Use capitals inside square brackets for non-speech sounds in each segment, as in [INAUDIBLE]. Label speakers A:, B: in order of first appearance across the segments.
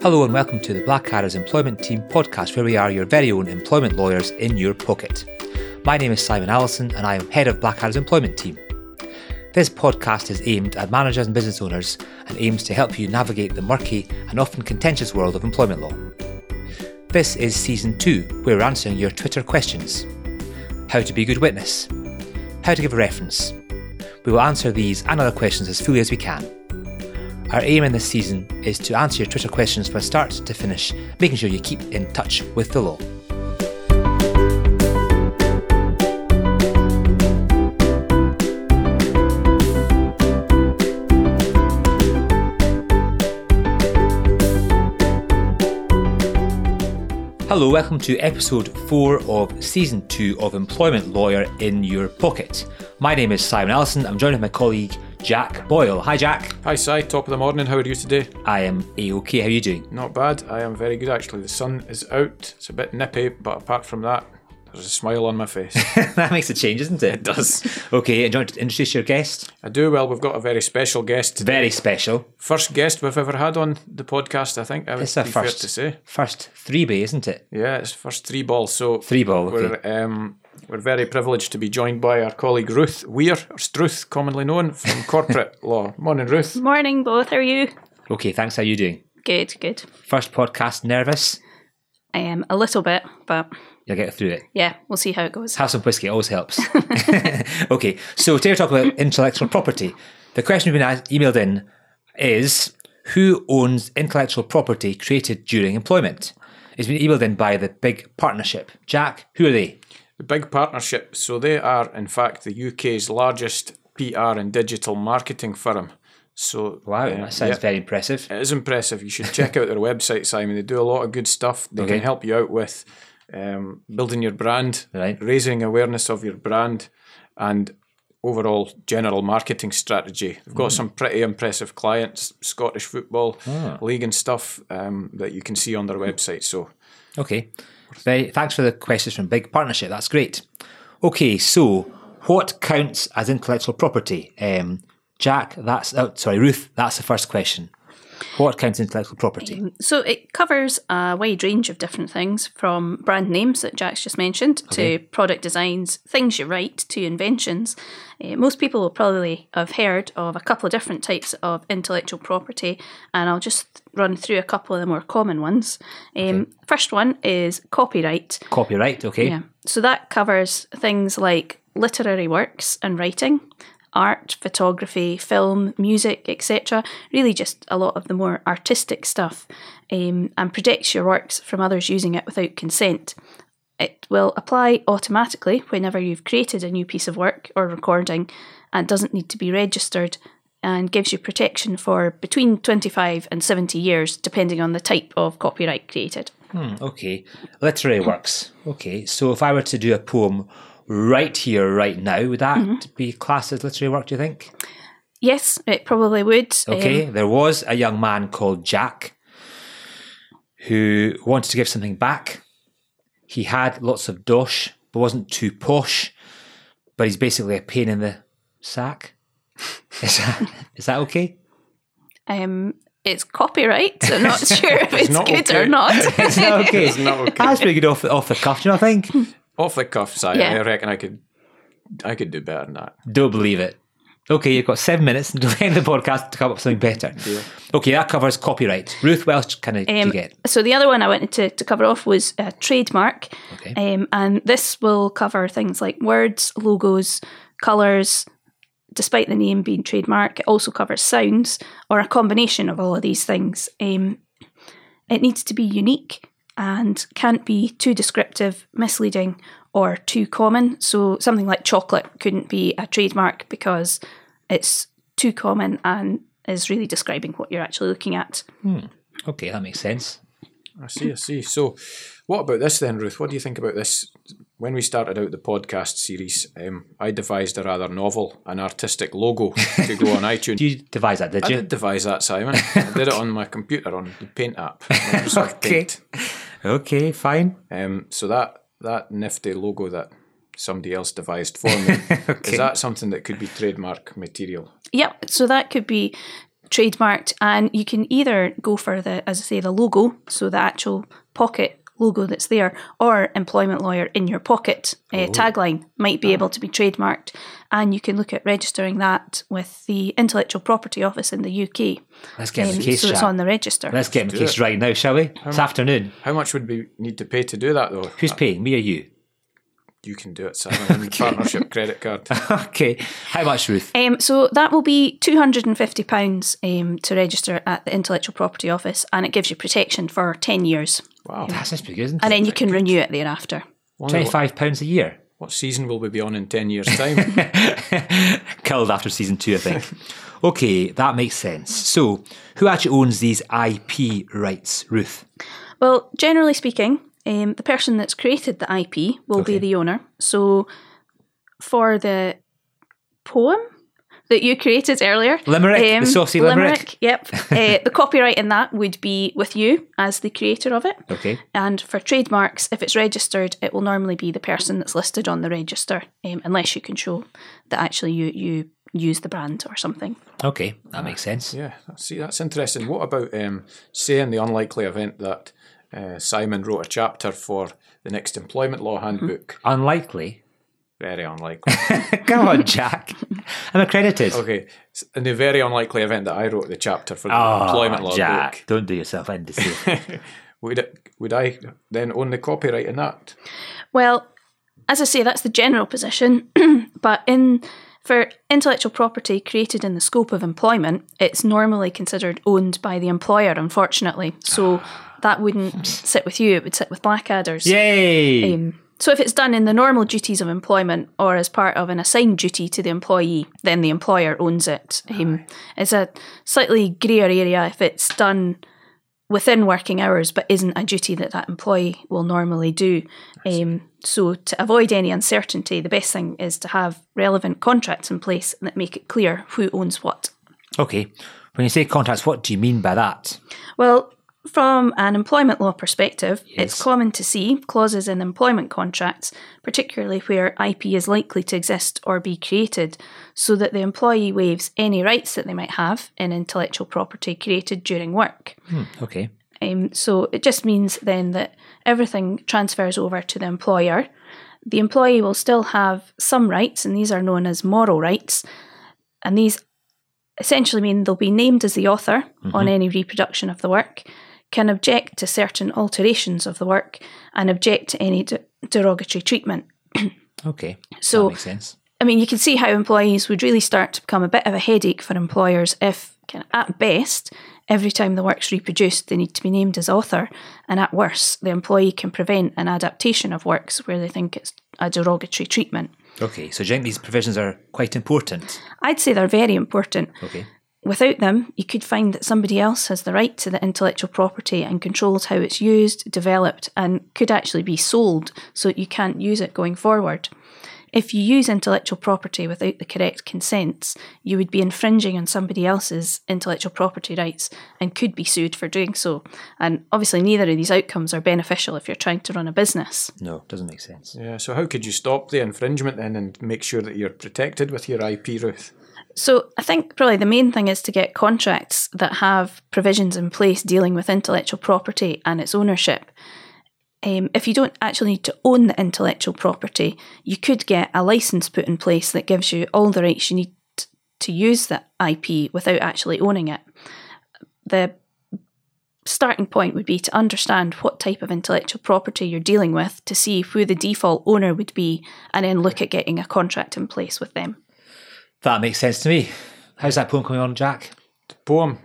A: Hello and welcome to the Blackadder's Employment Team podcast, where we are your very own employment lawyers in your pocket. My name is Simon Allison and I am head of Blackadder's Employment Team. This podcast is aimed at managers and business owners and aims to help you navigate the murky and often contentious world of employment law. This is season two, where we're answering your Twitter questions How to be a good witness, How to give a reference. We will answer these and other questions as fully as we can. Our aim in this season is to answer your Twitter questions from start to finish, making sure you keep in touch with the law. Hello, welcome to episode 4 of season 2 of Employment Lawyer in Your Pocket. My name is Simon Allison. I'm joined with my colleague Jack Boyle. Hi, Jack.
B: Hi, Si. Top of the morning. How are you today?
A: I am a okay. How are you doing?
B: Not bad. I am very good actually. The sun is out. It's a bit nippy, but apart from that, there's a smile on my face.
A: [LAUGHS] [LAUGHS] that makes a change, isn't it? It
B: does.
A: Okay, and do you want to introduce your guest?
B: I do well. We've got a very special guest.
A: Very special.
B: First guest we've ever had on the podcast. I think I would
A: It's
B: be
A: a
B: fair
A: first.
B: to say.
A: First three bay, isn't it?
B: Yeah, it's first three balls. So
A: Three ball. Okay.
B: we're um, we're very privileged to be joined by our colleague Ruth Weir, or Struth, commonly known from
A: [LAUGHS]
B: corporate law. Morning, Ruth.
C: Morning, both. How are you?
A: Okay, thanks. How are you doing?
C: Good, good.
A: First podcast, nervous.
C: I am a little bit, but
A: You'll get through it.
C: yeah, we'll see how it goes.
A: Have some whiskey, it always [LAUGHS] helps. okay, so today we're talking about intellectual property. The question we've been asked- emailed in is Who owns intellectual property created during employment? It's been emailed in by the big partnership. Jack, who are they?
B: The Big Partnership, so they are in fact the UK's largest PR and digital marketing firm. So
A: Wow,
B: uh,
A: that sounds
B: yeah,
A: very impressive.
B: it is impressive. You should check out their [LAUGHS] website, Simon. They do a lot of good stuff. They
A: Okay.
B: can help you out with um, building your brand,
A: Right.
B: raising awareness of your brand, and overall general marketing strategy. They've
A: Hmm.
B: got some pretty impressive clients, Scottish football
A: Ah.
B: league and stuff um, that you can see on their website. So
A: Okay. Very, thanks for the questions from Big Partnership. That's great. Okay, so what counts as intellectual property? Um, Jack, that's oh, sorry, Ruth. That's the first question. What counts as intellectual property?
C: So it covers a wide range of different things from brand names that Jack's just mentioned to product designs, things you write, to inventions. Uh, most people will probably have heard of a couple of different types of intellectual property, and I'll just run through a couple of the more common ones. Um, First one is copyright.
A: Copyright. Okay.
C: Yeah. So that covers things like literary works and writing, art, photography, film, music, etc. Really, just a lot of the more artistic stuff, um, and protects your works from others using it without consent. It will apply automatically whenever you've created a new piece of work or recording and doesn't need to be registered and gives you protection for between 25 and 70 years, depending on the type of copyright created.
A: Hmm, okay. Literary works. Okay. So if I were to do a poem right here, right now, would that be classed as literary work? Do you think?
C: Yes, it probably would. um,
A: Okay, there was a young man called Jack who wanted to give something back. He had lots of dosh, but wasn't too posh. But he's basically a pain in the sack. [LAUGHS] Is that, is that okay?
C: Um, it's copyright. so
B: [LAUGHS]
C: I'm not sure if it's,
B: not
C: good
B: okay.
C: or not.
B: [LAUGHS]
C: [LAUGHS]
A: Is that okay?
B: not okay.
A: That's pretty good off the, off the cuff, you know, I think.
B: off the cuff, Simon,
C: Yeah.
B: I reckon I could, I could do better than that.
A: Don't believe it. Okay, you've got seven minutes [LAUGHS] until the end of the podcast to come up with something better. Okay, that covers copyright. Ruth, what else can I do you
C: Um,
A: get?
C: So the other one I wanted to, to cover off was uh, trademark,
A: Okay.
C: um, and this will cover things like words, logos, colours. Despite the name being trademark, it also covers sounds or a combination of all of these things. Um, it needs to be unique and can't be too descriptive, misleading, or too common. So something like chocolate couldn't be a trademark because it's too common and is really describing what you're actually looking at.
A: Okay, that makes sense.
B: I see, I see. So, what about this then, Ruth? What do you think about this? When we started out the podcast series, um, I devised a rather novel and artistic logo to
A: [LAUGHS]
B: go on iTunes.
A: You devised that, did
B: I
A: you?
B: did devise that, Simon. I did it on my computer on the Paint app.
A: [LAUGHS]
B: Microsoft
A: Okay.
B: Paint.
A: Okay, fine.
B: Um, so that that nifty logo that somebody else
A: [LAUGHS]
B: devised for me is that something that could be trademark material?
C: Yep. So that could be trademarked, and you can either go for the, as I say, the logo, so the actual pocket logo that's there, or employment lawyer in your pocket uh,
A: Oh.
C: tagline might
A: Ah.
C: be able to be trademarked, and you can look at registering that with the Intellectual Property Office in the UK.
A: Let's get in
C: Um,
A: the case,
C: so it's
A: Jack.
C: on the register.
A: Let's get in the case right now, shall we? It's afternoon.
B: How much would we need to pay to do that, though?
A: Who's paying? Me or you?
B: You can do it, Simon.
A: [LAUGHS]
B: on your Partnership credit card.
A: Okay. How much, Ruth?
C: Um, so that will be £250 um, to register at the Intellectual Property Office, and it gives you protection for 10 years.
B: Wow.
A: That's just good, isn't
C: And
A: it?
C: then you can renew it thereafter.
B: Wonder what,
A: Twenty-five pounds a year.
B: what season will we be on in 10 years' time?
A: Killed after season two, I think. okay, that makes sense. So, who actually owns these IP rights, Ruth?
C: Well, generally speaking, um, the person that's created the IP will be the owner. So for the poem that you created earlier, um,
A: Limerick, the saucy limerick. [LAUGHS]
C: Yep. uh, the copyright in that would be with you as the creator of it.
A: Okay.
C: And for trademarks, if it's registered, it will normally be the person that's listed on the register, um, unless you can show that actually you you use the brand or something.
A: Okay, that makes sense.
B: yeah, see, that's interesting. What about, um, say, in the unlikely event that uh, Simon wrote a chapter for the next employment law
A: Mm-hmm.
B: handbook?
A: Unlikely. [LAUGHS]
B: Very unlikely. [LAUGHS]
A: Come on, Jack. I'm accredited.
B: Okay, s- in the very unlikely event that I wrote the chapter for the
A: Oh,
B: employment law
A: Jack,
B: book,
A: don't do yourself in deceit.
B: would it, would I then own the copyright in that?
C: Well, as I say, that's the general position, [CLEARS THROAT] but in for intellectual property created in the scope of employment, it's normally considered owned by the employer, unfortunately. So that wouldn't sit with you, it would sit with Blackadder's.
A: Yay!
C: Um, so if it's done in the normal duties of employment or as part of an assigned duty to the employee, then the employer owns it. Um, It's a slightly greyer area if it's done within working hours but isn't a duty that that employee will normally do. Um, so to avoid any uncertainty, the best thing is to have relevant contracts in place that make it clear who owns what.
A: Okay. When you say contracts, what do you mean by that?
C: Well, from an employment law perspective,
A: Yes.
C: it's common to see clauses in employment contracts, particularly where IP is likely to exist or be created, so that the employee waives any rights that they might have in intellectual property created during work.
A: Okay.
C: Um, so it just means then that everything transfers over to the employer. The employee will still have some rights, and these are known as moral rights. And these essentially mean they'll be named as the author on any reproduction of the work, can object to certain alterations of the work, and object to any de- derogatory treatment.
A: Okay. that
C: So
A: makes sense.
C: I mean, you can see how employees would really start to become a bit of a headache for employers if, kind of, at best, every time the work's reproduced, they need to be named as author, and at worst, the employee can prevent an adaptation of works where they think it's a derogatory treatment.
A: Okay. So, do you think these provisions are quite important?
C: I'd say they're very important.
A: Okay.
C: Without them, you could find that somebody else has the right to the intellectual property and controls how it's used, developed, and could actually be sold so that you can't use it going forward. If you use intellectual property without the correct consents, you would be infringing on somebody else's intellectual property rights and could be sued for doing so. And obviously, neither of these outcomes are beneficial if you're trying to run a business.
A: No, doesn't make sense.
B: Yeah, so how could you stop the infringement then and make sure that you're protected with your IP, Ruth?
C: So I think probably the main thing is to get contracts that have provisions in place dealing with intellectual property and its ownership. Um, if you don't actually need to own the intellectual property, you could get a license put in place that gives you all the rights you need t- to use the IP without actually owning it. The starting point would be to understand what type of intellectual property you're dealing with to see who the default owner would be and then look at getting a contract in place with them.
A: That makes sense to me. How's that poem coming on, Jack?
B: Poem.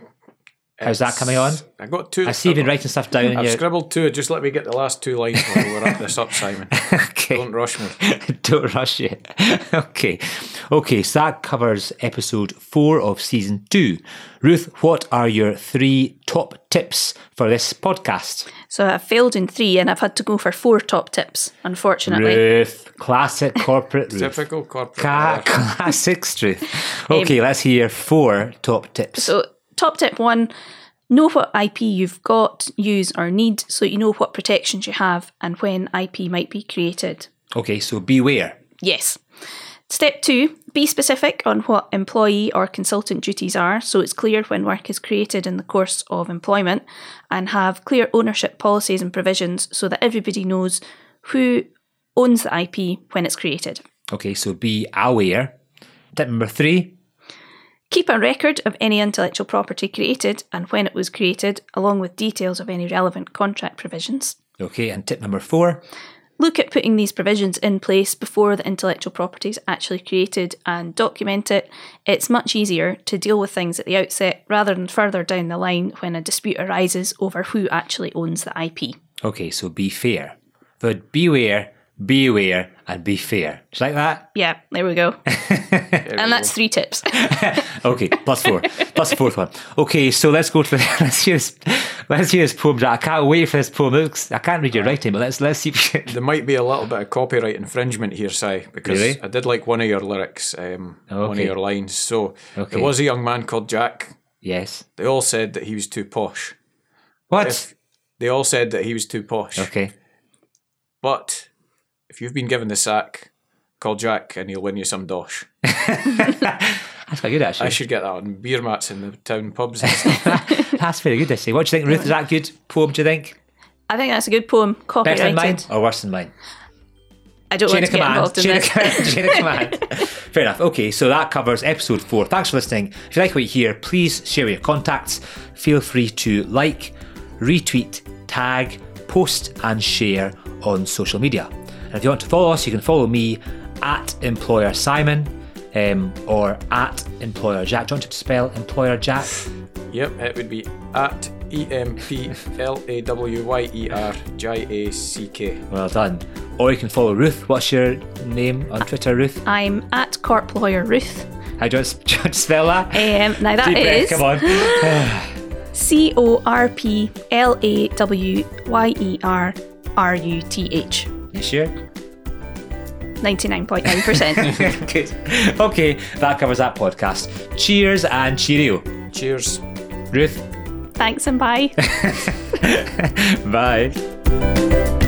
A: How's that coming on?
B: I got two.
A: I see you've been writing stuff down. in
B: I've
A: your-
B: scribbled two. Just let me get the last two lines while we're up this up, Simon.
A: [LAUGHS] okay.
B: Don't rush
A: [LAUGHS]
B: me.
A: [LAUGHS] Don't rush it. [LAUGHS] okay. Okay, so that covers episode four of season two. Ruth, what are your three top tips for this podcast?
C: So I failed in three and I've had to go for four top tips, unfortunately.
A: Ruth, classic [LAUGHS] corporate Ruth.
B: Typical corporate.
A: [LAUGHS] Ca-
B: lawyer.
A: classic Ruth. Okay, let's hear four top tips.
C: So, top tip one know what IP you've got, use, or need so you know what protections you have and when IP might be created.
A: Okay, so beware.
C: Yes. Step two, be specific on what employee or consultant duties are so it's clear when work is created in the course of employment and have clear ownership policies and provisions so that everybody knows who owns the IP when it's created.
A: Okay, so be aware. Tip number three,
C: Keep a record of any intellectual property created and when it was created, along with details of any relevant contract provisions.
A: okay, and tip number four,
C: Look at putting these provisions in place before the intellectual property is actually created and document it. It's much easier to deal with things at the outset rather than further down the line when a dispute arises over who actually owns the IP.
A: okay, so be fair. But beware, beware, and be fair. Do you like that?
C: Yeah, there we go.
A: [LAUGHS]
C: and that's three tips.
A: Okay, [LAUGHS] plus four, plus the fourth one. Okay, so let's go to the, [LAUGHS] let's hear this, let's hear this poem. Jack. I can't wait for this poem. It looks- I can't read your writing, but let's let's see.
B: There might be a little bit of copyright infringement here, Si, because
A: Really?
B: I did like one of your lyrics, um, one
A: Okay.
B: of your lines. So
A: Okay.
B: there was a young man called Jack.
A: [LAUGHS] yes.
B: They all said that he was too posh.
A: What?
B: If they all said that he was too posh.
A: okay.
B: But if you've been given the sack, call Jack and he'll win you some dosh.
A: That's quite good actually.
B: I [LAUGHS] should get that on beer mats in the town pubs.
A: [LAUGHS]
B: and stuff.
A: That's very good. I say. What do you think, Ruth? Is that good poem? Do you think
C: I think that's a good poem.
A: better than mine
C: Copyrighted.
A: or worse than mine?
C: I don't
A: Chain
C: want
A: of
C: to get
A: command.
C: involved in
A: Chain of
C: this. [LAUGHS]
A: command. Chain of command. Fair enough. Okay, so that covers episode four. Thanks for listening. If you like what you hear, please share with your contacts. Feel free to like, retweet, tag, post, and share on social media. And if you want to follow us, you can follow me at employer Simon um, or at employer Jack. Do you want to spell employer Jack?
B: yep, it would be at E M P L A W Y E R J A C K.
A: Well done. Or you can follow Ruth. What's your name on Twitter, Ruth?
C: I'm at Corp Lawyer Ruth.
A: How do you want to- [LAUGHS] do you want to spell that?
C: Um, now that
A: Deep breath,
C: is
A: come on.
C: C O R P L A W Y E R R U T H.
A: You sure?
C: 99.9%.
A: Good. [LAUGHS] Okay, that covers that podcast. Cheers and cheerio.
B: Cheers.
A: Ruth, [LAUGHS]
C: Thanks and bye.
A: bye.